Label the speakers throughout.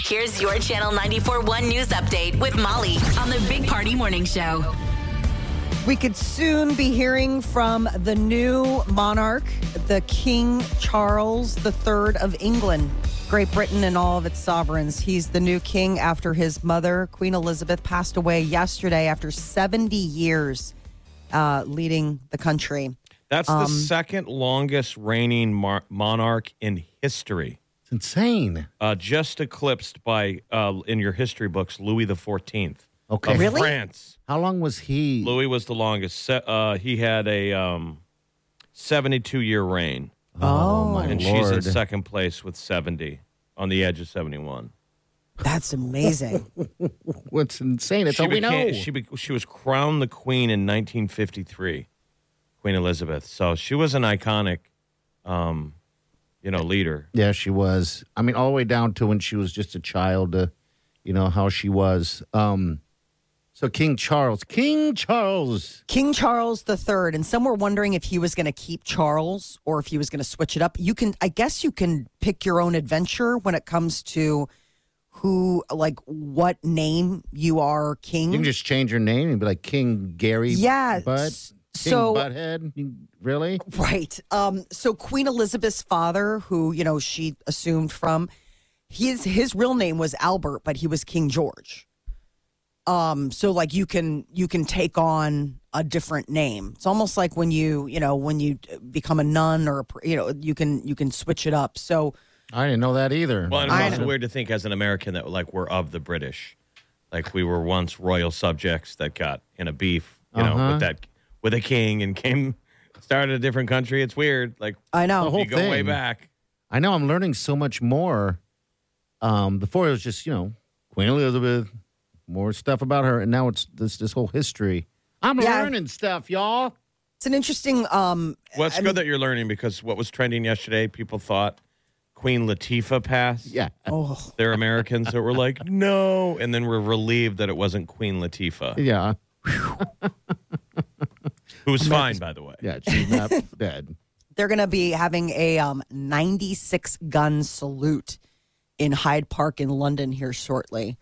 Speaker 1: Here's your Channel 94.1 news update with Molly on the Big Party Morning Show.
Speaker 2: We could soon be hearing from the new monarch, the King Charles III of England, Great Britain, and all of its sovereigns. He's the new king after his mother, Queen Elizabeth, passed away yesterday after 70 years uh, leading the country.
Speaker 3: That's
Speaker 4: Um,
Speaker 3: the second longest reigning mar- monarch in history,
Speaker 4: It's insane.
Speaker 3: uh, just eclipsed by uh, in your history books Louis the Fourteenth.
Speaker 4: Okay.
Speaker 3: of
Speaker 4: Really?
Speaker 3: France.
Speaker 4: How long was he?
Speaker 3: Louis was the longest. Se- Uh, he had a um, seventy-two year reign,
Speaker 4: Oh, my
Speaker 3: and she's in
Speaker 4: lord.
Speaker 3: second place with seventy on the edge of seventy-one.
Speaker 2: That's amazing.
Speaker 4: What's insane? That's
Speaker 3: she
Speaker 4: all we
Speaker 3: became-
Speaker 4: know.
Speaker 3: She, be- she was crowned the queen in 1953, Queen Elizabeth. So she was an iconic, um, you know, leader.
Speaker 4: yeah, she was. I mean, all the way down to when she was just a child. Uh, you know how she was. Um, so King Charles, King Charles.
Speaker 2: King Charles III, and some were wondering if he was going to keep Charles or if he was going to switch it up. You can, I guess, you can pick your own adventure when it comes to who, like, what name you are king.
Speaker 4: You can just change your name and be like King Gary.
Speaker 2: Yeah,
Speaker 4: Butt.
Speaker 2: s-
Speaker 4: King
Speaker 2: so-
Speaker 4: Butthead. You- Really?
Speaker 2: Right. Um, so Queen Elizabeth's father, who you know she assumed from, his his real name was Albert, but he was King George. Um, so like you can you can take on a different name. It's almost like when you you know when you become a nun or a, pr- you know you can you can switch it up. So
Speaker 4: I didn't know that either.
Speaker 3: Well, and
Speaker 2: I
Speaker 3: it's also
Speaker 2: know.
Speaker 3: weird to think as an American that like we're of the British, like we were once royal subjects that got in a beef, you know,
Speaker 4: Uh-huh.
Speaker 3: with that with a king and came started a different country. It's weird. Like
Speaker 2: I know
Speaker 4: The whole
Speaker 3: you go way
Speaker 4: thing.
Speaker 3: back.
Speaker 4: I know I'm learning so much more. Um, before it was just you know Queen Elizabeth, more stuff about her, and now it's this this whole history. I'm
Speaker 2: Yeah.
Speaker 4: learning stuff, y'all.
Speaker 2: it's an interesting. Um,
Speaker 3: Well, it's
Speaker 2: I
Speaker 3: good
Speaker 2: mean-
Speaker 3: that you're learning because what was trending yesterday, people thought Queen Latifah passed.
Speaker 4: Yeah,
Speaker 2: oh,
Speaker 3: They're Americans that were like, no, and then we're relieved that it wasn't Queen Latifah,
Speaker 4: yeah,
Speaker 3: who was fine, by the way.
Speaker 4: yeah. She's not dead.
Speaker 2: they're gonna be having a um, 96 gun salute in Hyde Park in London here shortly.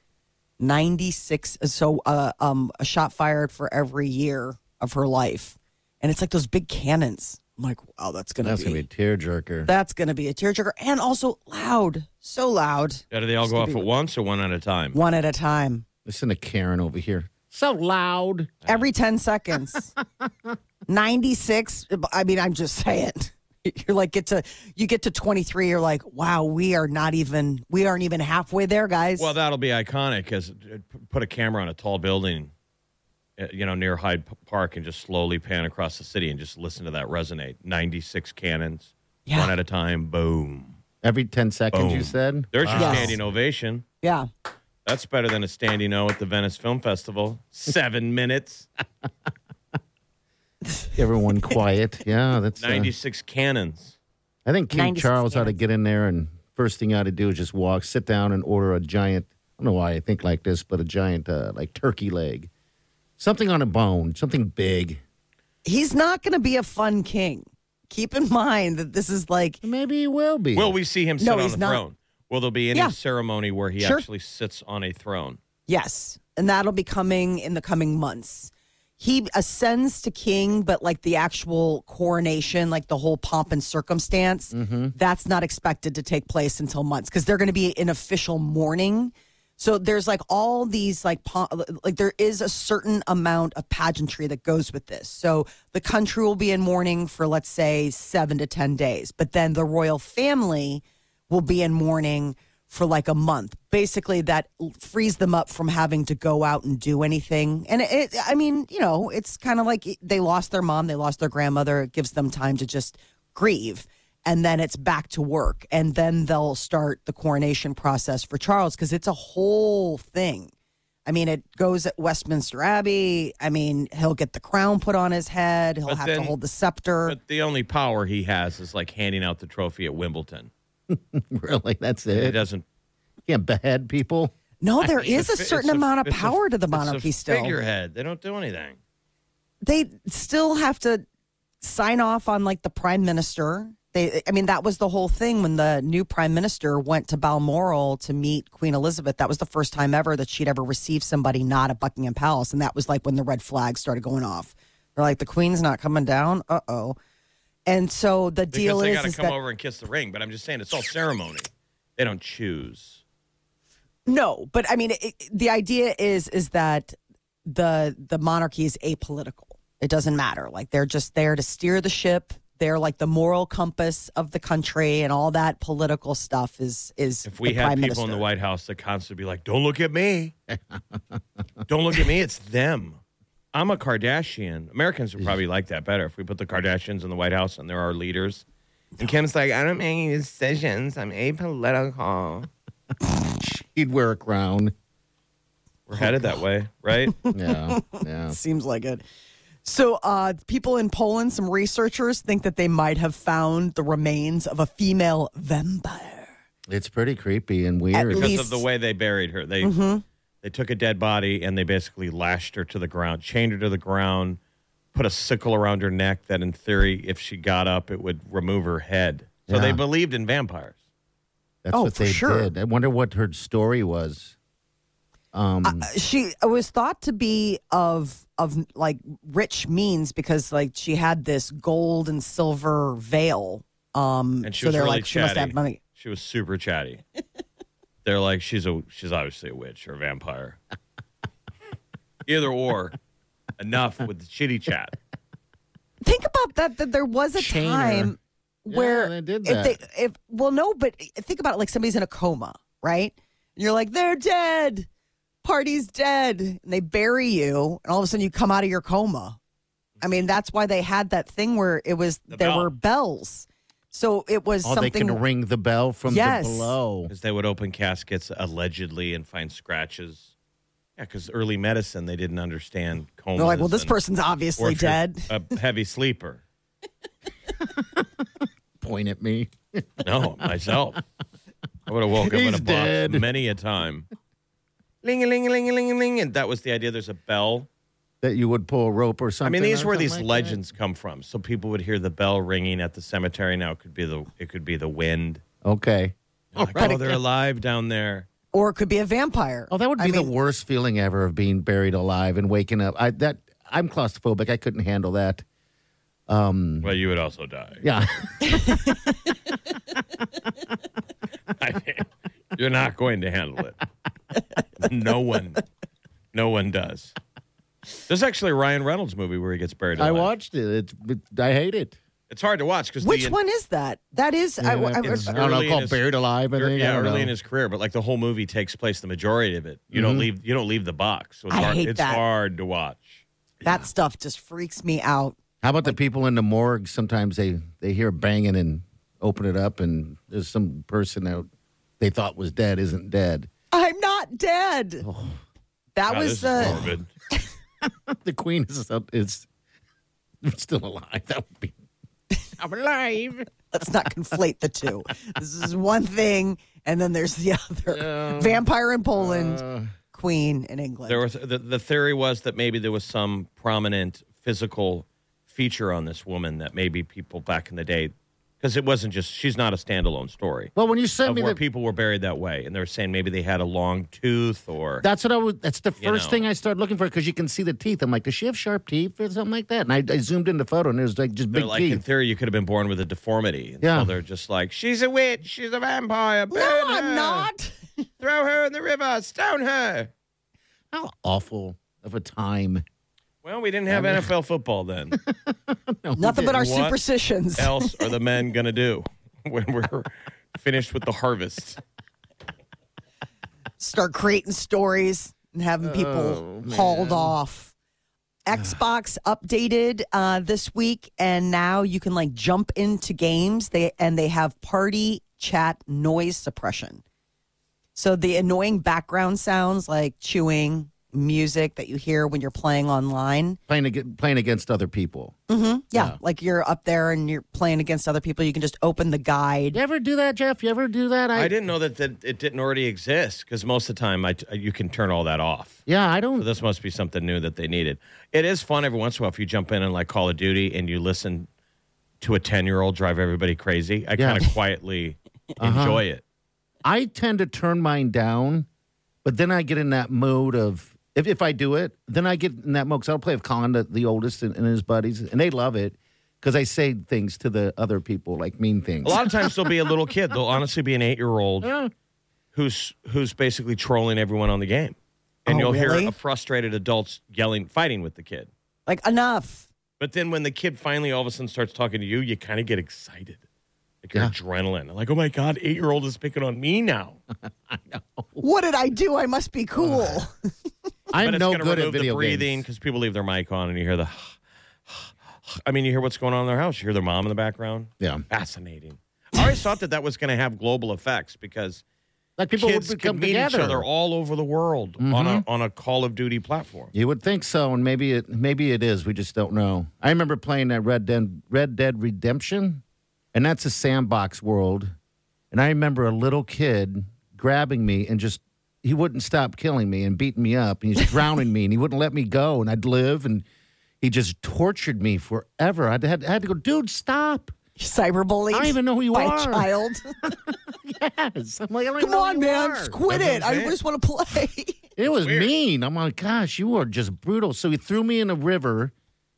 Speaker 2: 96 so uh, um a shot fired for every year of her life and it's like those big cannons i'm like wow that's gonna
Speaker 4: That's
Speaker 2: be,
Speaker 4: gonna be a tearjerker.
Speaker 2: that's gonna be a tearjerker and also loud so loud
Speaker 3: Yeah, do they all go off at once or one at a time?
Speaker 2: one at a time
Speaker 4: Listen to Karen over here. So loud.
Speaker 2: every 10 seconds 96 i mean i'm just saying you're like get to you get to 23 you're like wow we are not even we aren't even halfway there guys
Speaker 3: Well, that'll be iconic as uh, put a camera on a tall building, uh, you know, near Hyde P- Park and just slowly pan across the city and just listen to that resonate. 96 cannons,
Speaker 2: Yeah.
Speaker 3: one at a time, boom.
Speaker 4: Every ten seconds,
Speaker 3: Boom.
Speaker 4: you said.
Speaker 3: There's your
Speaker 2: Yes.
Speaker 3: standing ovation.
Speaker 2: yeah
Speaker 3: That's better than a standing O at the Venice Film Festival. Seven minutes,
Speaker 4: Everyone quiet. Yeah, that's. uh,
Speaker 3: 96 cannons.
Speaker 4: I think King
Speaker 2: 96
Speaker 4: Charles ought to
Speaker 2: cannons.
Speaker 4: get in there and first thing you ought to do is just walk, sit down, and order a giant. I don't know why I think like this, but a giant uh, like turkey leg, something on a bone, something big.
Speaker 2: he's not going to be a fun king keep in mind that this is like
Speaker 4: Maybe he will be.
Speaker 3: Will we see him sit on
Speaker 2: he's
Speaker 3: the
Speaker 2: not.
Speaker 3: throne? Will there be any
Speaker 2: Yeah.
Speaker 3: ceremony where he
Speaker 2: Sure.
Speaker 3: actually sits on a throne?
Speaker 2: yes and that'll be coming in the coming months he ascends to king but like the actual coronation like the whole pomp and circumstance that's not expected to take place until months because they're going to be in official mourning so there's like all these like po- like there is a certain amount of pageantry that goes with this so the country will be in mourning for let's say seven to ten days but then the royal family will be in mourning for like a month basically that l- frees them up from having to go out and do anything and it, i mean you know it's kind of like they lost their mom they lost their grandmother it gives them time to just grieve and then it's back to work and then they'll start the coronation process for charles because it's a whole thing i mean it goes at westminster abbey i mean he'll get the crown put on his head he'll
Speaker 3: But
Speaker 2: have
Speaker 3: then-
Speaker 2: to hold the scepter
Speaker 3: But the only power he has is like handing out the trophy at Wimbledon.
Speaker 4: Really, that's
Speaker 3: He
Speaker 4: it.
Speaker 3: doesn't.
Speaker 4: Can't behead people.
Speaker 2: no there is a
Speaker 3: It's fi-
Speaker 2: certain
Speaker 3: it's
Speaker 2: amount of
Speaker 3: it's a-
Speaker 2: power to the
Speaker 3: it's a
Speaker 2: monarchy still
Speaker 3: Figurehead. They don't do anything.
Speaker 2: they still have to sign off on like the prime minister. They, I mean, that was the whole thing when the new prime minister went to Balmoral to meet Queen Elizabeth. That was the first time ever that she'd ever received somebody not at Buckingham Palace, and that was like when the red flag started going off. They're like, the Queen's not coming down. Uh oh. And so the
Speaker 3: Because
Speaker 2: deal
Speaker 3: they
Speaker 2: is,
Speaker 3: gotta
Speaker 2: is
Speaker 3: come
Speaker 2: that
Speaker 3: over and kiss the ring. But I'm just saying, it's all ceremony. They don't choose.
Speaker 2: no, but I mean, it, it- the idea is is that the the monarchy is apolitical. It doesn't matter. Like they're just there to steer the ship. They're like the moral compass of the country, and all that political stuff is is.
Speaker 3: If we
Speaker 2: the
Speaker 3: had
Speaker 2: prime
Speaker 3: people
Speaker 2: minister.
Speaker 3: in the White House that constantly be like, "Don't look at me, don't look at me," it's them. I'm a Kardashian. Americans would probably like that better if we put the Kardashians in the White House and they're our leaders. And Kim's like, "I don't make any decisions. I'm apolitical."
Speaker 4: He'd wear a crown.
Speaker 3: We're headed that way, right?
Speaker 4: Yeah, yeah.
Speaker 2: Seems like it. So, uh, people in Poland, some researchers think that they might have found the remains of a female vampire.
Speaker 4: It's pretty creepy and weird.
Speaker 2: least-
Speaker 3: because of the way they buried her. They
Speaker 2: Mm-hmm.
Speaker 3: they took a dead body and they basically lashed her to the ground, chained her to the ground, put a sickle around her neck that in theory if she got up it would remove her head. So they
Speaker 4: Yeah.
Speaker 3: believed in vampires.
Speaker 4: That's
Speaker 2: Oh,
Speaker 4: what
Speaker 2: for
Speaker 4: they
Speaker 2: sure.
Speaker 4: did. I wonder what her story was.
Speaker 2: Uh,
Speaker 3: Mm.
Speaker 2: she was thought to be of of like rich means because like she had this gold and silver veil. Um,
Speaker 3: And she
Speaker 2: so
Speaker 3: was
Speaker 2: they're
Speaker 3: really
Speaker 2: like she must
Speaker 3: chatty.
Speaker 2: have money.
Speaker 3: She was super chatty. They're like she's a she's obviously a witch or a vampire. Either or. Enough with the shitty chat.
Speaker 2: Think about that. That there was a
Speaker 4: Chain her.
Speaker 2: time
Speaker 4: Yeah,
Speaker 2: where
Speaker 4: they did
Speaker 2: If they, if well, no, but think about it. Like somebody's in a coma, right? And you're like, they're dead. Party's dead, and they bury you, and all of a sudden you come out of your coma. I mean, that's why they had that thing where it was
Speaker 3: The
Speaker 2: there
Speaker 3: bell.
Speaker 2: were bells. So it was
Speaker 4: Oh, they
Speaker 2: something
Speaker 4: can ring the bell from
Speaker 2: Yes.
Speaker 4: the below.
Speaker 3: Because they would open caskets allegedly and find scratches. Yeah, because early medicine they didn't understand comas.
Speaker 2: They're like, well, this
Speaker 3: and-
Speaker 2: person's
Speaker 3: or
Speaker 2: obviously
Speaker 3: if you're
Speaker 2: dead.
Speaker 3: A heavy sleeper.
Speaker 4: Point at me.
Speaker 3: No, myself. I would have woke up in
Speaker 4: He's
Speaker 3: a box
Speaker 4: dead.
Speaker 3: many a time. Ling a ling a ling a ling a ling, and that was the idea. There's a bell.
Speaker 4: That you would pull a rope or
Speaker 3: I
Speaker 4: something.
Speaker 3: mean, these
Speaker 4: or
Speaker 3: where
Speaker 4: something
Speaker 3: these
Speaker 4: like that.
Speaker 3: legends come from. So people would hear the bell ringing at the cemetery. Now it could be the it could be the wind.
Speaker 4: Okay.
Speaker 3: Like, oh, they're alive down there.
Speaker 2: or it could be a vampire.
Speaker 4: Oh, that would be
Speaker 2: I
Speaker 4: the
Speaker 2: mean,
Speaker 4: worst feeling ever of being buried alive and waking up. I that I'm claustrophobic. I couldn't handle that.
Speaker 3: Well, you would also die.
Speaker 4: Yeah.
Speaker 3: I mean, you're not going to handle it. No one, no one does. There's actually a Ryan Reynolds movie where he gets buried.
Speaker 4: I
Speaker 3: alive.
Speaker 4: watched it. It's it- I hate it.
Speaker 3: It's hard to watch because
Speaker 2: Which
Speaker 3: the,
Speaker 2: one is that? That is. I, I,
Speaker 4: it's, I
Speaker 2: I-
Speaker 4: don't know.
Speaker 3: early in
Speaker 4: Called
Speaker 3: his-
Speaker 4: buried alive. I
Speaker 3: ear-
Speaker 4: think. I
Speaker 3: yeah,
Speaker 4: don't
Speaker 3: early
Speaker 4: know. Mm-hmm.
Speaker 3: in his career, but like the whole movie takes place, the majority of it. You don't leave. You don't leave the box. So it's
Speaker 2: I
Speaker 3: hard,
Speaker 2: hate
Speaker 3: It's
Speaker 2: that.
Speaker 3: hard to watch.
Speaker 2: that stuff just freaks me out.
Speaker 4: How about the people in the morgue? Sometimes they they hear banging and open it up, and there's some person out they thought was dead isn't dead.
Speaker 2: I'm not dead. That
Speaker 3: God,
Speaker 2: was
Speaker 3: this Oh.
Speaker 4: uh,
Speaker 3: is
Speaker 2: the.
Speaker 3: morbid.
Speaker 4: The queen is up- is still alive. That would be. I'm alive.
Speaker 2: Let's not conflate the two. This is one thing, and then there's the other. Vampire in Poland, Queen in England.
Speaker 3: Uh. There was the, the theory was that maybe there was some prominent physical feature on this woman that maybe people back in the day, because it wasn't just she's not a standalone story.
Speaker 4: Well, when you sent
Speaker 3: of
Speaker 4: me
Speaker 3: where
Speaker 4: the,
Speaker 3: people were buried that way, and they're saying maybe they had a long tooth or
Speaker 4: That's what I was. That's the first
Speaker 3: You know.
Speaker 4: thing I started looking for because you can see the teeth. I'm like, does she have sharp teeth or something like that? And I, I zoomed in the photo, and it was like just
Speaker 3: they're
Speaker 4: big
Speaker 3: like in
Speaker 4: teeth.
Speaker 3: theory you could have been born with a deformity. And
Speaker 4: Yeah.
Speaker 3: so they're just like she's a witch, she's a vampire. Burn
Speaker 2: no,
Speaker 3: her,
Speaker 2: I'm not.
Speaker 3: Throw her in the river, stone her.
Speaker 4: How awful of a time!
Speaker 3: Well, we didn't have NFL football then.
Speaker 2: Nothing but our
Speaker 3: What?
Speaker 2: superstitions.
Speaker 3: else are the men gonna do when we're finished with the harvest?
Speaker 4: Oh,
Speaker 2: Start creating stories and having people hauled off. Xbox updated uh, this week, and now you can like jump into games. They and they have party chat noise suppression. So the annoying background sounds like chewing, music that you hear when you're playing online.
Speaker 4: Playing against, playing against other people.
Speaker 2: Yeah, like you're up there and you're playing against other people. You can just open the guide.
Speaker 4: You ever do that, Jeff? You ever do that?
Speaker 3: I didn't know that, that it didn't already exist because most of the time I t you can turn all that off.
Speaker 4: Yeah, I
Speaker 3: So
Speaker 4: don't.
Speaker 3: this must be something new that they needed. It is fun every once in a while if you jump in and like Call of Duty and you listen to a 10 year old drive everybody crazy. I
Speaker 4: Yeah.
Speaker 3: kind of quietly enjoy it.
Speaker 4: I tend to turn mine down, but then I get in that mode of if, if I do it, then I get in that mode because I'll play with Colin, the, the oldest, and, and his buddies, and they love it because I say things to the other people like mean things.
Speaker 3: A lot of times there'll be a little kid. There'll honestly be an eight year old
Speaker 4: Yeah.
Speaker 3: who's who's basically trolling everyone on the game. And
Speaker 2: Oh,
Speaker 3: you'll
Speaker 2: really?
Speaker 3: hear a frustrated adults yelling, fighting with the kid.
Speaker 2: Like enough.
Speaker 3: But then when the kid finally all of a sudden starts talking to you, you kind of get excited. Like your
Speaker 4: Yeah.
Speaker 3: adrenaline. Like, oh my God, eight year old is picking on me now.
Speaker 2: What did I do? I must be cool.
Speaker 3: but
Speaker 4: I'm
Speaker 3: it's
Speaker 4: no
Speaker 3: gonna
Speaker 4: good
Speaker 3: remove
Speaker 4: at video
Speaker 3: the breathing
Speaker 4: games.
Speaker 3: because people leave their mic on and you hear the. I mean, you hear what's going on in their house. You hear their mom in the background.
Speaker 4: Yeah,
Speaker 3: Fascinating. I always thought that that was going to have global effects because
Speaker 4: like people
Speaker 3: kids
Speaker 4: would
Speaker 3: could
Speaker 4: come
Speaker 3: meet
Speaker 4: together. Mm-hmm.
Speaker 3: each other all over the world on a on a Call of Duty platform.
Speaker 4: You would think so, and maybe it maybe it is. We just don't know. I remember playing that Red Dead Red Dead Redemption, and that's a sandbox world. And I remember a little kid grabbing me and just he wouldn't stop killing me and beating me up, and he's drowning me, and he wouldn't let me go, and I'd live, and he just tortured me forever. I had, I had to go, dude, stop.
Speaker 2: Cyberbullying.
Speaker 4: I don't even know who you
Speaker 2: by
Speaker 4: are.
Speaker 2: A child.
Speaker 4: Yes, I'm like, I don't even
Speaker 2: Come
Speaker 4: know
Speaker 2: on,
Speaker 4: who you
Speaker 2: man.
Speaker 4: are.
Speaker 2: Just quit it.
Speaker 3: That's what I'm
Speaker 2: I
Speaker 3: saying.
Speaker 2: just want to play.
Speaker 4: It was mean. I'm like, gosh, you are just brutal. So he threw me in a river.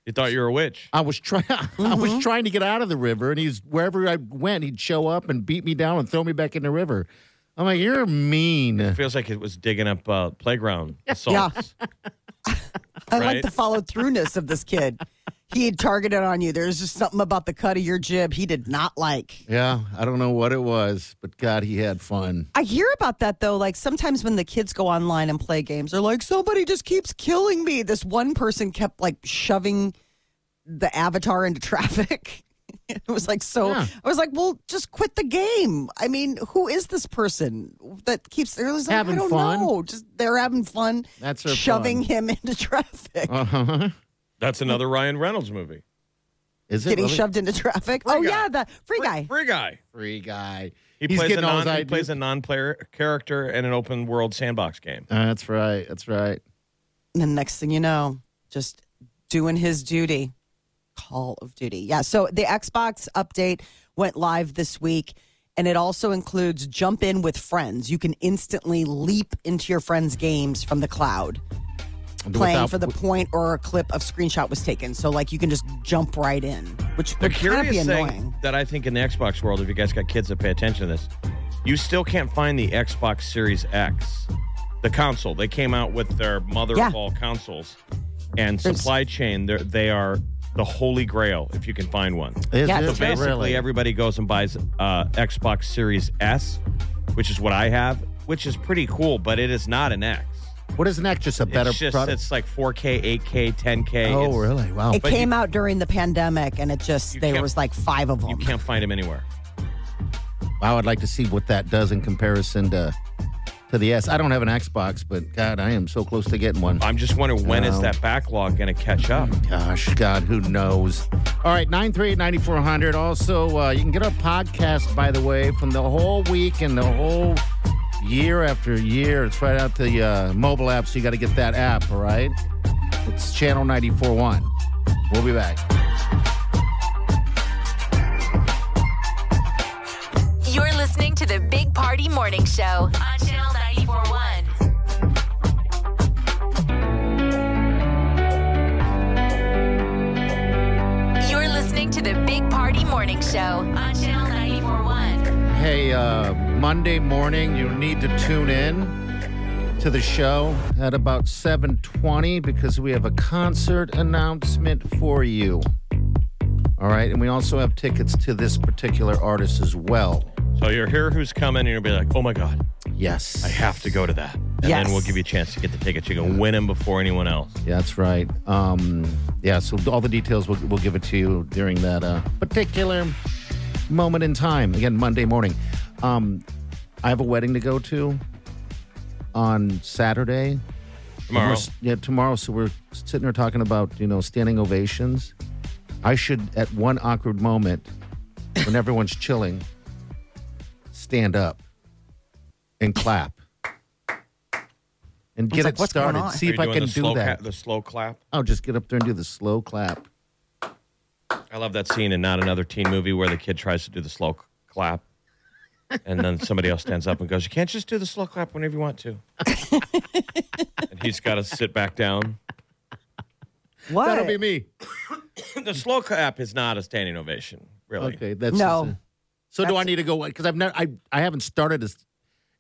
Speaker 3: You thought you were a witch.
Speaker 4: I was trying. I was trying to get out of the river, and he's wherever I went, he'd show up and beat me down and throw me back in the river. I'm like, you're mean.
Speaker 3: Feels like it was digging up uh, playground assaults.
Speaker 2: I
Speaker 3: Right.
Speaker 2: like the follow throughness of this kid. He had targeted on you. There's just something about the cut of your jib he did not like.
Speaker 4: Yeah, I don't know what it was, but God, he had fun.
Speaker 2: I hear about that though. Like sometimes when the kids go online and play games, they're like, somebody just keeps killing me. This one person kept like shoving the avatar into traffic. it was like, so
Speaker 4: Yeah.
Speaker 2: I was like, well, just quit the game. I mean, who is this person that keeps, they're just like,
Speaker 4: Having
Speaker 2: I don't
Speaker 4: fun?
Speaker 2: know. Just they're having fun
Speaker 4: That's their
Speaker 2: shoving
Speaker 4: fun.
Speaker 2: him into traffic,
Speaker 4: Uh huh.
Speaker 3: That's another Ryan Reynolds movie.
Speaker 4: Is it
Speaker 2: getting
Speaker 4: really?
Speaker 2: shoved into traffic. oh,
Speaker 3: guy.
Speaker 2: yeah, the free guy.
Speaker 3: Free guy.
Speaker 4: free guy?
Speaker 3: He
Speaker 4: He's
Speaker 3: plays a
Speaker 4: getting all
Speaker 3: non
Speaker 4: his
Speaker 3: he
Speaker 4: ideas.
Speaker 3: plays a non player character in an open world sandbox game.
Speaker 4: Uh, that's right. That's right.
Speaker 2: And the next thing you know, just doing his duty. Call of Duty. Yeah. So the Xbox update went live this week, and it also includes jump in with friends. You can instantly leap into your friends' games from the cloud, playing
Speaker 4: Without-
Speaker 2: for the point or a clip of screenshot was taken. So like you can just jump right in, which
Speaker 3: The
Speaker 2: would kind of be
Speaker 3: curious
Speaker 2: annoying.
Speaker 3: thing that I think in the Xbox world, if you guys got kids that pay attention to this, you still can't find the Xbox Series X, the console. They came out with their mother
Speaker 2: Yeah.
Speaker 3: of all consoles, and
Speaker 2: There's-
Speaker 3: supply chain. they're- They are the holy grail if you can find one.
Speaker 4: Is
Speaker 2: Yeah,
Speaker 4: it
Speaker 2: so
Speaker 3: Basically,
Speaker 4: really?
Speaker 3: everybody goes and buys uh, Xbox Series S, which is what I have, which is pretty cool, but it is not an X.
Speaker 4: what is next? Just a better
Speaker 3: it's just
Speaker 4: product.
Speaker 3: it's like 4K, 8K, 10K.
Speaker 4: oh,
Speaker 3: It's-
Speaker 4: really? Wow.
Speaker 2: It
Speaker 3: but
Speaker 2: came out during the pandemic, and it just
Speaker 3: You
Speaker 2: there
Speaker 3: can't-
Speaker 2: was like five of
Speaker 3: You
Speaker 2: them.
Speaker 3: can't find them anywhere.
Speaker 4: wow. I'd like to see what that does in comparison to to the S. I don't have an Xbox, but God, I am so close to getting one.
Speaker 3: I'm just wondering when is
Speaker 4: No.
Speaker 3: that backlog going to catch up?
Speaker 4: Gosh, God, who knows? All right, 938-9400. Also, uh, you can get our podcast, by the way, from the whole week and the whole year after year. It's right out the uh, mobile app, so you got to get that app, all right? It's Channel 94.1. We'll be back.
Speaker 1: You're listening to the Big Party Morning Show on Channel 941. You're listening to the Big Party Morning Show on Channel 941.
Speaker 4: Hey, uh, Monday morning, you need to tune in to the show at about 7.20 because we have a concert announcement for you. All right, and we also have tickets to this particular artist as well.
Speaker 3: So you're here who's coming and you'll be like, oh my God,
Speaker 4: Yes.
Speaker 3: I have to go to that. And
Speaker 2: Yes.
Speaker 3: then we'll give you a chance to get the tickets. You can win them before anyone else.
Speaker 4: Yeah, that's right. Um, yeah, so all the details we'll, we'll give it to you during that uh, particular moment in time. Again, Monday morning. Um, I have a wedding to go to on Saturday.
Speaker 3: Tomorrow.
Speaker 4: We're- yeah, tomorrow. So we're sitting there talking about you know standing ovations. I should, at one awkward moment, when everyone's chilling, stand up and clap and get
Speaker 2: like,
Speaker 4: it
Speaker 2: "What's going
Speaker 4: started.
Speaker 2: on?"
Speaker 4: See
Speaker 3: Are
Speaker 4: if
Speaker 3: you
Speaker 4: I
Speaker 3: doing
Speaker 4: can
Speaker 3: the slow
Speaker 4: do that.
Speaker 3: ca- the slow clap.
Speaker 4: I'll just get up there and do the slow clap.
Speaker 3: I love that scene in not another teen movie where the kid tries to do the slow c- clap, and then somebody else stands up and goes, "You can't just do the slow clap whenever you want to." and he's got to sit back down.
Speaker 2: What?
Speaker 4: That'll be me.
Speaker 3: The slow clap is not a standing ovation, really.
Speaker 4: Okay, that's
Speaker 2: No.
Speaker 4: just a- so do I need to go? Because I've never, I, I haven't started. A,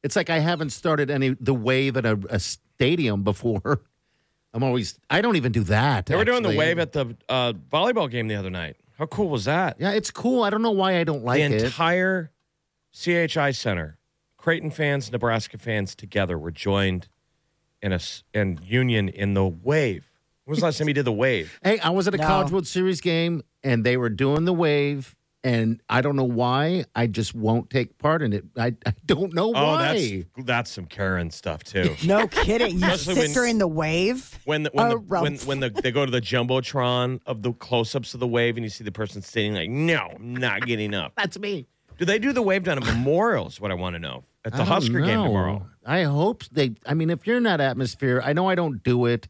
Speaker 4: it's like I haven't started any the wave at a, a stadium before. I'm always. I don't even do that.
Speaker 3: They were doing the
Speaker 4: actually.
Speaker 3: wave at the uh, volleyball game the other night. How cool was that?
Speaker 4: Yeah, it's cool. I don't know why I don't like
Speaker 3: the
Speaker 4: it.
Speaker 3: entire CHI Center, Creighton fans, Nebraska fans together were joined in a s- in union in the wave. When was the last time you did the wave?
Speaker 4: Hey, I was at a
Speaker 2: No.
Speaker 4: College World Series game and they were doing the wave, and I don't know why. I just won't take part in it. I, I don't know
Speaker 3: Oh,
Speaker 4: why.
Speaker 3: that's that's some Karen stuff too.
Speaker 2: No kidding. You
Speaker 3: Especially
Speaker 2: sit
Speaker 3: when-
Speaker 2: during the wave.
Speaker 3: When the, when,
Speaker 2: Oh,
Speaker 3: the,
Speaker 2: Ralph.
Speaker 3: when when the, they go to the jumbotron of the close-ups of the wave, and you see the person standing like, "No, I'm not getting up."
Speaker 4: That's me.
Speaker 3: Do they do the wave down at memorials? What I want to know at the
Speaker 4: I don't
Speaker 3: Husker game
Speaker 4: know.
Speaker 3: tomorrow.
Speaker 4: I hope they. I mean, if you're in that atmosphere, I know I don't do it.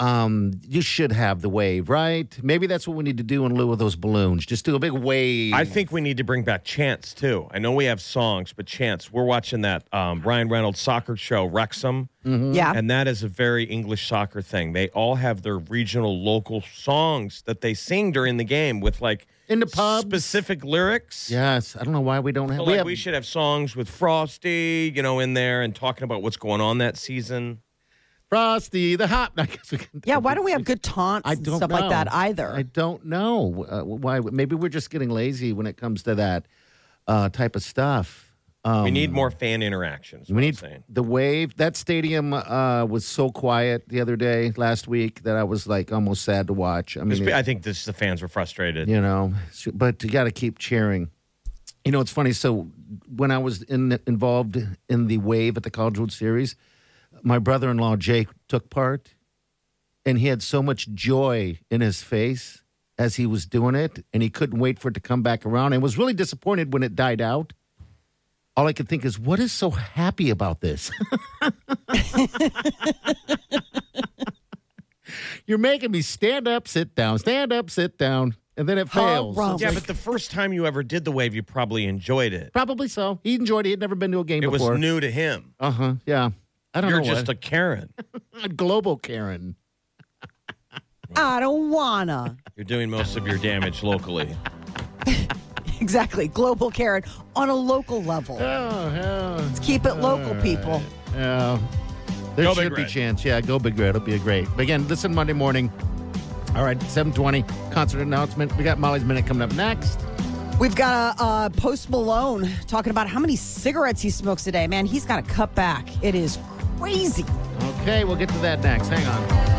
Speaker 4: Um, you should have the wave, right? Maybe that's what we need to do in lieu of those balloons. Just do a big wave.
Speaker 3: I think we need to bring back Chance too. I know we have songs, but Chance, we're watching that um, Ryan Reynolds soccer show, Wrexham,
Speaker 4: Mm-hmm.
Speaker 2: Yeah.
Speaker 3: and that is a very English soccer thing. They all have their regional, local songs that they sing during the game with like
Speaker 4: In the pubs.
Speaker 3: specific lyrics.
Speaker 4: yes. I don't know why we don't have.
Speaker 3: So,
Speaker 4: we
Speaker 3: like,
Speaker 4: have
Speaker 3: we should have songs with Frosty, you know, in there and talking about what's going on that season.
Speaker 4: Frosty the Hop. I guess we can.
Speaker 2: Yeah, why don't we have good taunts
Speaker 4: I
Speaker 2: and
Speaker 4: don't
Speaker 2: stuff
Speaker 4: know.
Speaker 2: like that either?
Speaker 4: I don't know uh, why. Maybe we're just getting lazy when it comes to that uh, type of stuff. Um,
Speaker 3: we need more fan interactions.
Speaker 4: We need
Speaker 3: Saying.
Speaker 4: the wave. That stadium uh, was so quiet the other day, last week, that I was like almost sad to watch. I mean, it-
Speaker 3: I think this the fans were frustrated.
Speaker 4: you know, so- but you got to keep cheering. You know, it's funny. So when I was in, involved in the wave at the College World Series, my brother-in-law Jake took part, and he had so much joy in his face as he was doing it, and he couldn't wait for it to come back around, and was really disappointed when it died out. All I could think is, what is so happy about this? You're making me stand up, sit down, stand up, sit down, and then it fails.
Speaker 2: Harumph.
Speaker 3: Yeah, but the first time you ever did the wave, you probably enjoyed it.
Speaker 4: Probably so. He enjoyed it. He'd never been to a game
Speaker 3: It was
Speaker 4: before.
Speaker 3: new to him.
Speaker 4: Uh huh. Yeah. I don't
Speaker 3: You're
Speaker 4: know.
Speaker 3: just a Karen.
Speaker 4: a global Karen.
Speaker 2: I don't wanna.
Speaker 3: You're doing most of your damage locally.
Speaker 2: exactly. Global Karen on a local level.
Speaker 4: Oh yeah.
Speaker 2: Let's keep it local, people.
Speaker 4: Yeah. Uh, There
Speaker 3: Go Big
Speaker 4: should be
Speaker 3: Red.
Speaker 4: chance. Yeah, go big red. It'll be a great. But again, listen Monday morning. All right, 720 concert announcement. We got Molly's minute coming up next.
Speaker 2: We've got a uh, Post Malone talking about how many cigarettes he smokes a day. Man, he's got to cut back. It is crazy.
Speaker 4: Okay, we'll get to that next. Hang on.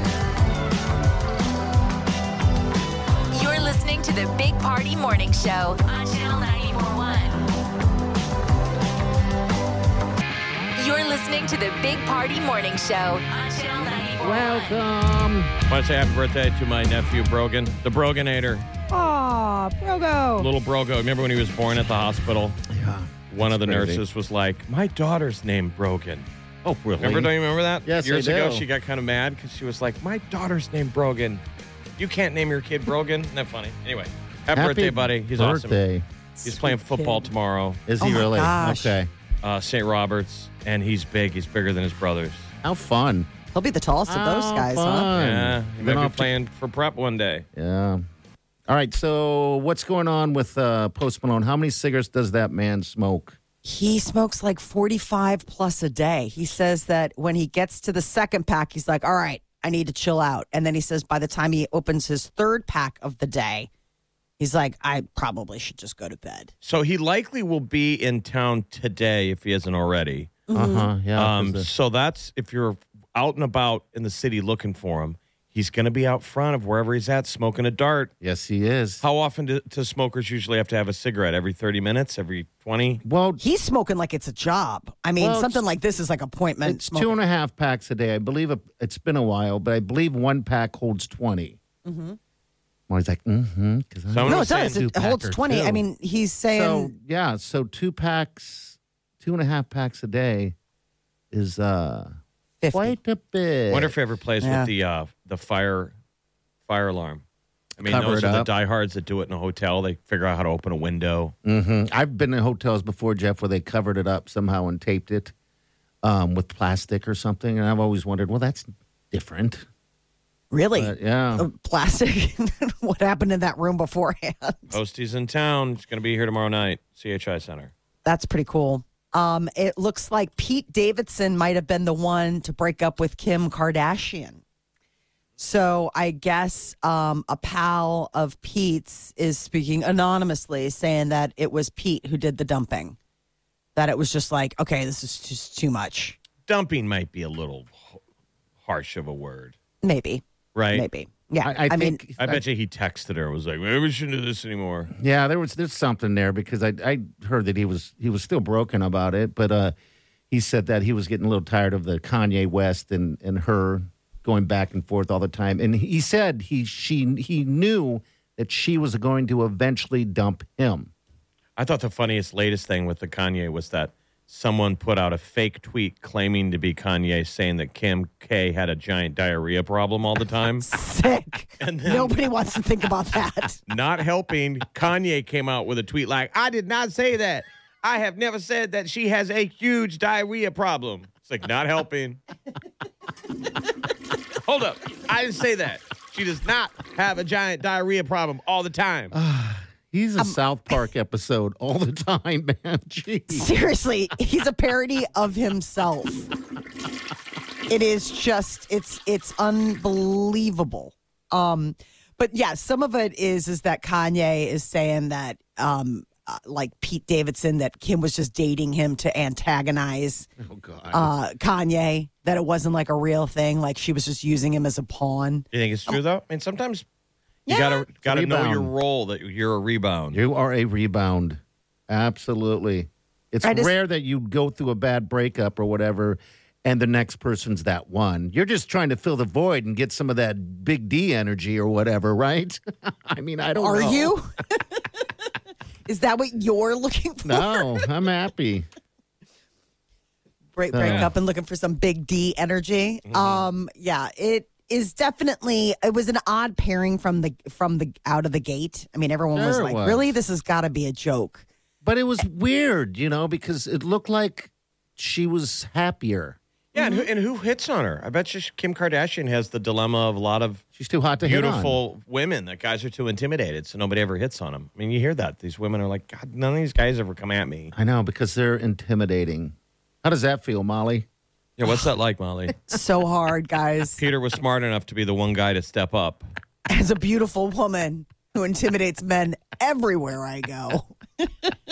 Speaker 1: You're listening to the Big Party Morning Show on Channel 941. You're listening to the Big Party Morning Show on Channel 941.
Speaker 4: Welcome.
Speaker 3: want to say happy birthday to my nephew Brogan, the Broganator,
Speaker 2: Aw, Brogo.
Speaker 3: little Brogo. Remember when he was born at the hospital?
Speaker 4: Yeah.
Speaker 3: One of the
Speaker 4: crazy.
Speaker 3: nurses was like, "My daughter's named Brogan."
Speaker 4: Oh, really?
Speaker 3: Remember? Don't you remember that?
Speaker 4: Yes, I
Speaker 3: Years ago,
Speaker 4: do.
Speaker 3: she got kind of mad because she was like, "My daughter's named Brogan. You can't name your kid Brogan." Isn't that funny? Anyway, happy, birthday, buddy. He's awesome.
Speaker 4: birthday.
Speaker 3: He's playing football tomorrow,
Speaker 4: Is
Speaker 2: Oh
Speaker 4: he
Speaker 2: my
Speaker 4: really?
Speaker 2: gosh.
Speaker 4: Okay.
Speaker 3: uh, St. Roberts, and he's big. He's bigger than his brothers.
Speaker 4: How fun.
Speaker 2: He'll be the tallest of those
Speaker 4: How
Speaker 2: guys, huh?
Speaker 4: fun.
Speaker 3: Yeah, he
Speaker 4: Then
Speaker 3: might be
Speaker 4: off to-
Speaker 3: playing for prep one day.
Speaker 4: Yeah. All right. So what's going on with uh, Post Malone? How many cigarettes does that man smoke?
Speaker 2: He smokes like 45 plus a day. He says that when he gets to the second pack, he's like, all right, I need to chill out. And then he says by the time he opens his third pack of the day, he's like, I probably should just go to bed.
Speaker 3: So he likely will be in town today if he isn't already
Speaker 4: Uh
Speaker 2: Mm-hmm.
Speaker 4: huh. Yeah. that was
Speaker 3: Um,
Speaker 4: the-
Speaker 3: so that's if you're out and about in the city looking for him, he's going to be out front of wherever he's at smoking a dart.
Speaker 4: yes, he is.
Speaker 3: How often do, do smokers usually have to have a cigarette? Every 30 minutes? Every 20?
Speaker 4: well,
Speaker 2: He's smoking like it's a job. I mean,
Speaker 4: Well,
Speaker 2: something
Speaker 4: it's-
Speaker 2: like this is like appointment
Speaker 4: it's two
Speaker 2: smoking.
Speaker 4: and a half packs a day. I believe a, it's been a while, but I believe one pack holds 20. Mm-hmm. Well, he's like, mm-hmm.
Speaker 3: So I'm
Speaker 2: no,
Speaker 3: gonna
Speaker 2: it
Speaker 3: say
Speaker 2: does. It
Speaker 4: two-packer,
Speaker 2: holds twenty. I
Speaker 4: too.
Speaker 2: mean, he's saying
Speaker 4: So yeah, so two packs, two and a half packs a day is uh
Speaker 2: 50.
Speaker 4: quite a bit.
Speaker 3: wonder if he ever plays
Speaker 2: Yeah.
Speaker 3: with the uh, the fire fire alarm. I mean,
Speaker 4: Cover
Speaker 3: those
Speaker 4: it
Speaker 3: are
Speaker 4: up.
Speaker 3: the diehards that do it in a hotel. They figure out how to open a window.
Speaker 4: Mhm. I've been in hotels before, Jeff, where they covered it up somehow and taped it um, with plastic or something, and I've always wondered, well, that's different.
Speaker 2: Really?
Speaker 4: But yeah,
Speaker 2: Uh, plastic. what happened in that room beforehand?
Speaker 3: Postie's in town. He's going to be here tomorrow night. CHI Center.
Speaker 2: That's pretty cool. Um, it looks like Pete Davidson might have been the one to break up with Kim Kardashian. So I guess um, a pal of Pete's is speaking anonymously, saying that it was Pete who did the dumping. That it was just like, okay, this is just too much.
Speaker 3: Dumping might be a little h- harsh of a word,
Speaker 2: Maybe,
Speaker 3: right?
Speaker 2: maybe, yeah.
Speaker 4: I, I,
Speaker 2: mean,
Speaker 4: think
Speaker 3: I bet you he texted her and was like, maybe we shouldn't do this anymore.
Speaker 4: Yeah, there was there's something there because I I heard that he was he was still broken about it, but uh, he said that he was getting a little tired of the Kanye West and and her going back and forth all the time, and he said he she he knew that she was going to eventually dump him.
Speaker 3: I thought the funniest latest thing with the Kanye was that someone put out a fake tweet claiming to be Kanye saying that Kim K had a giant diarrhea problem all the time.
Speaker 2: sick. Nobody wants to think about that.
Speaker 3: Not helping, Kanye came out with a tweet like, I did not say that. I have never said that she has a huge diarrhea problem. It's like, not helping. Hold up. I didn't say that. She does not have a giant diarrhea problem all the time.
Speaker 4: He's a South Park episode all the time, man. Jeez.
Speaker 2: Seriously, he's a parody of himself. It is just it's it's unbelievable. Um but yeah, some of it is is that Kanye is saying that um uh, like Pete Davidson that Kim was just dating him to antagonize
Speaker 4: Oh God.
Speaker 2: uh Kanye that it wasn't like a real thing like she was just using him as a pawn.
Speaker 3: You think it's true though? I mean, sometimes you gotta gotta know
Speaker 4: Rebound.
Speaker 3: your role that you're a rebound.
Speaker 4: You are a rebound. Absolutely. It's
Speaker 2: I just-
Speaker 4: rare that you go through a bad breakup or whatever and the next person's that one. You're just trying to fill the void and get some of that big D energy or whatever, right? I mean, I don't
Speaker 2: Are
Speaker 4: know.
Speaker 2: you? is that what you're looking for?
Speaker 4: No, I'm happy.
Speaker 2: break, break up and looking for some big D energy.
Speaker 4: Mm-hmm.
Speaker 2: Um, yeah, it is definitely. It was an odd pairing from the from the out of the gate. I mean, everyone was
Speaker 4: Sure
Speaker 2: like,
Speaker 4: was.
Speaker 2: "Really, this has got to be a joke."
Speaker 4: But it was weird, you know, because it looked like she was happier.
Speaker 3: Yeah, and who, and who hits on her? I bet you Kim Kardashian has the dilemma of a lot of
Speaker 4: She's too hot to hit on.
Speaker 3: beautiful women that guys are too intimidated, so nobody ever hits on them. I mean, you hear that these women are like, God, none of these guys ever come at me.
Speaker 4: I know because they're intimidating. How does that feel, Molly?
Speaker 3: Yeah, what's that like, Molly?
Speaker 2: So hard, guys.
Speaker 3: Peter was smart enough to be the one guy to step up.
Speaker 2: As a beautiful woman who intimidates men everywhere I go.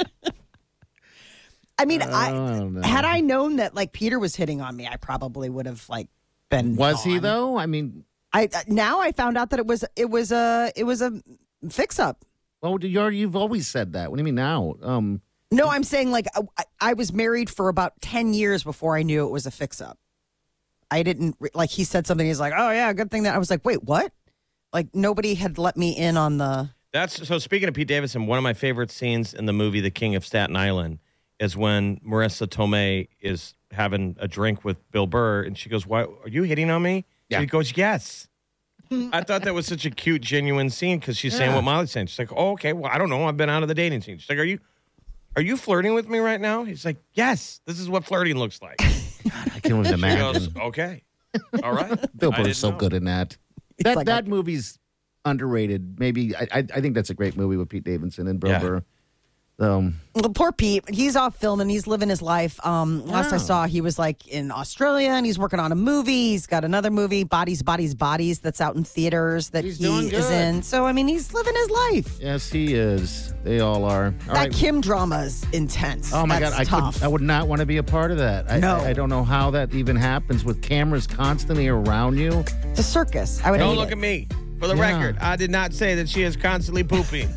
Speaker 2: I mean, I
Speaker 4: Uh, don't know.
Speaker 2: had I known that like Peter was hitting on me, I probably would have like been.
Speaker 4: Was he
Speaker 2: gone.
Speaker 4: though? I mean,
Speaker 2: I now I found out that it was it was a it was a fix up.
Speaker 4: well, you're, you've always said that. What do you mean now? Um,
Speaker 2: No, I'm saying like I, I was married for about 10 years before I knew it was a fix up. I didn't re- like he said something he's like, "Oh yeah, good thing that." I was like, "Wait, what?" Like nobody had let me in on the
Speaker 3: That's so. Speaking of Pete Davidson, one of my favorite scenes in the movie The King of Staten Island is when Marissa Tomei is having a drink with Bill Burr, and she goes, "Why are you hitting on me?"
Speaker 4: Yeah.
Speaker 3: And he goes, "Yes." I thought that was such a cute, genuine scene because she's saying what Molly's saying. She's like, "Oh, okay. Well, I don't know. I've been out of the dating scene." She's like, "Are you, are you flirting with me right now?" He's like, "Yes. This is what flirting looks like." She
Speaker 4: I can only
Speaker 3: goes,
Speaker 4: imagine.
Speaker 3: "Okay, all right."
Speaker 4: Bill
Speaker 3: I
Speaker 4: Burr
Speaker 3: didn't
Speaker 4: is so
Speaker 3: know.
Speaker 4: good in that. That
Speaker 2: like
Speaker 4: that movie's underrated. Maybe I, I I think that's a great movie with Pete Davidson and Um, Bill
Speaker 3: Yeah.
Speaker 4: Burr. So
Speaker 2: Well, poor Pete. He's off filming. He's living his life. Um, last
Speaker 4: Oh.
Speaker 2: I saw, he was like in Australia and he's working on a movie. He's got another movie, Bodies, Bodies, Bodies, that's out in theaters that
Speaker 4: He's
Speaker 2: he
Speaker 4: doing
Speaker 2: is
Speaker 4: good.
Speaker 2: in. So I mean, he's living his life.
Speaker 4: yes, he is. They all are. All
Speaker 2: that
Speaker 4: right.
Speaker 2: Kim drama is intense.
Speaker 4: Oh my
Speaker 2: That's
Speaker 4: god, I
Speaker 2: tough.
Speaker 4: could I would not want to be a part of that. I,
Speaker 2: No.
Speaker 4: I, I don't know how that even happens with cameras constantly around you.
Speaker 2: it's a circus. I would.
Speaker 3: Don't
Speaker 2: hate
Speaker 3: look
Speaker 2: it.
Speaker 3: at me. For the
Speaker 4: Yeah.
Speaker 3: record, I did not say that she is constantly pooping.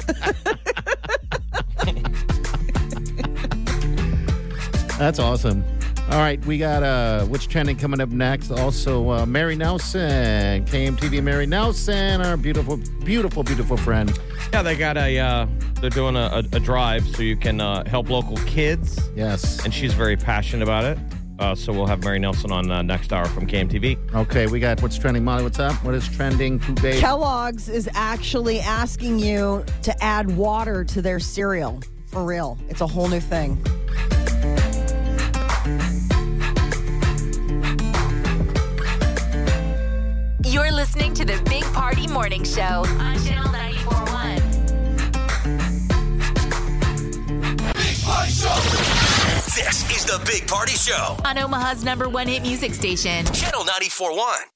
Speaker 4: That's awesome. All right, we got uh what's trending coming up next. Also, uh, Mary Nelson, KMTV Mary Nelson, our beautiful, beautiful, beautiful friend.
Speaker 3: yeah, they got a. Uh, they're doing a, a, a drive so you can uh, help local kids,
Speaker 4: Yes.
Speaker 3: and she's very passionate about it. Uh, so we'll have Mary Nelson on uh, next hour from KMTV.
Speaker 4: Okay, we got what's trending. Molly, what's up? What is trending today?
Speaker 2: Kellogg's is actually asking you to add water to their cereal. For real, it's a whole new thing.
Speaker 1: You're listening to the Big Party Morning Show on Channel 941.
Speaker 5: This is the Big Party Show,
Speaker 1: On Omaha's number one hit music station.
Speaker 5: Channel 941.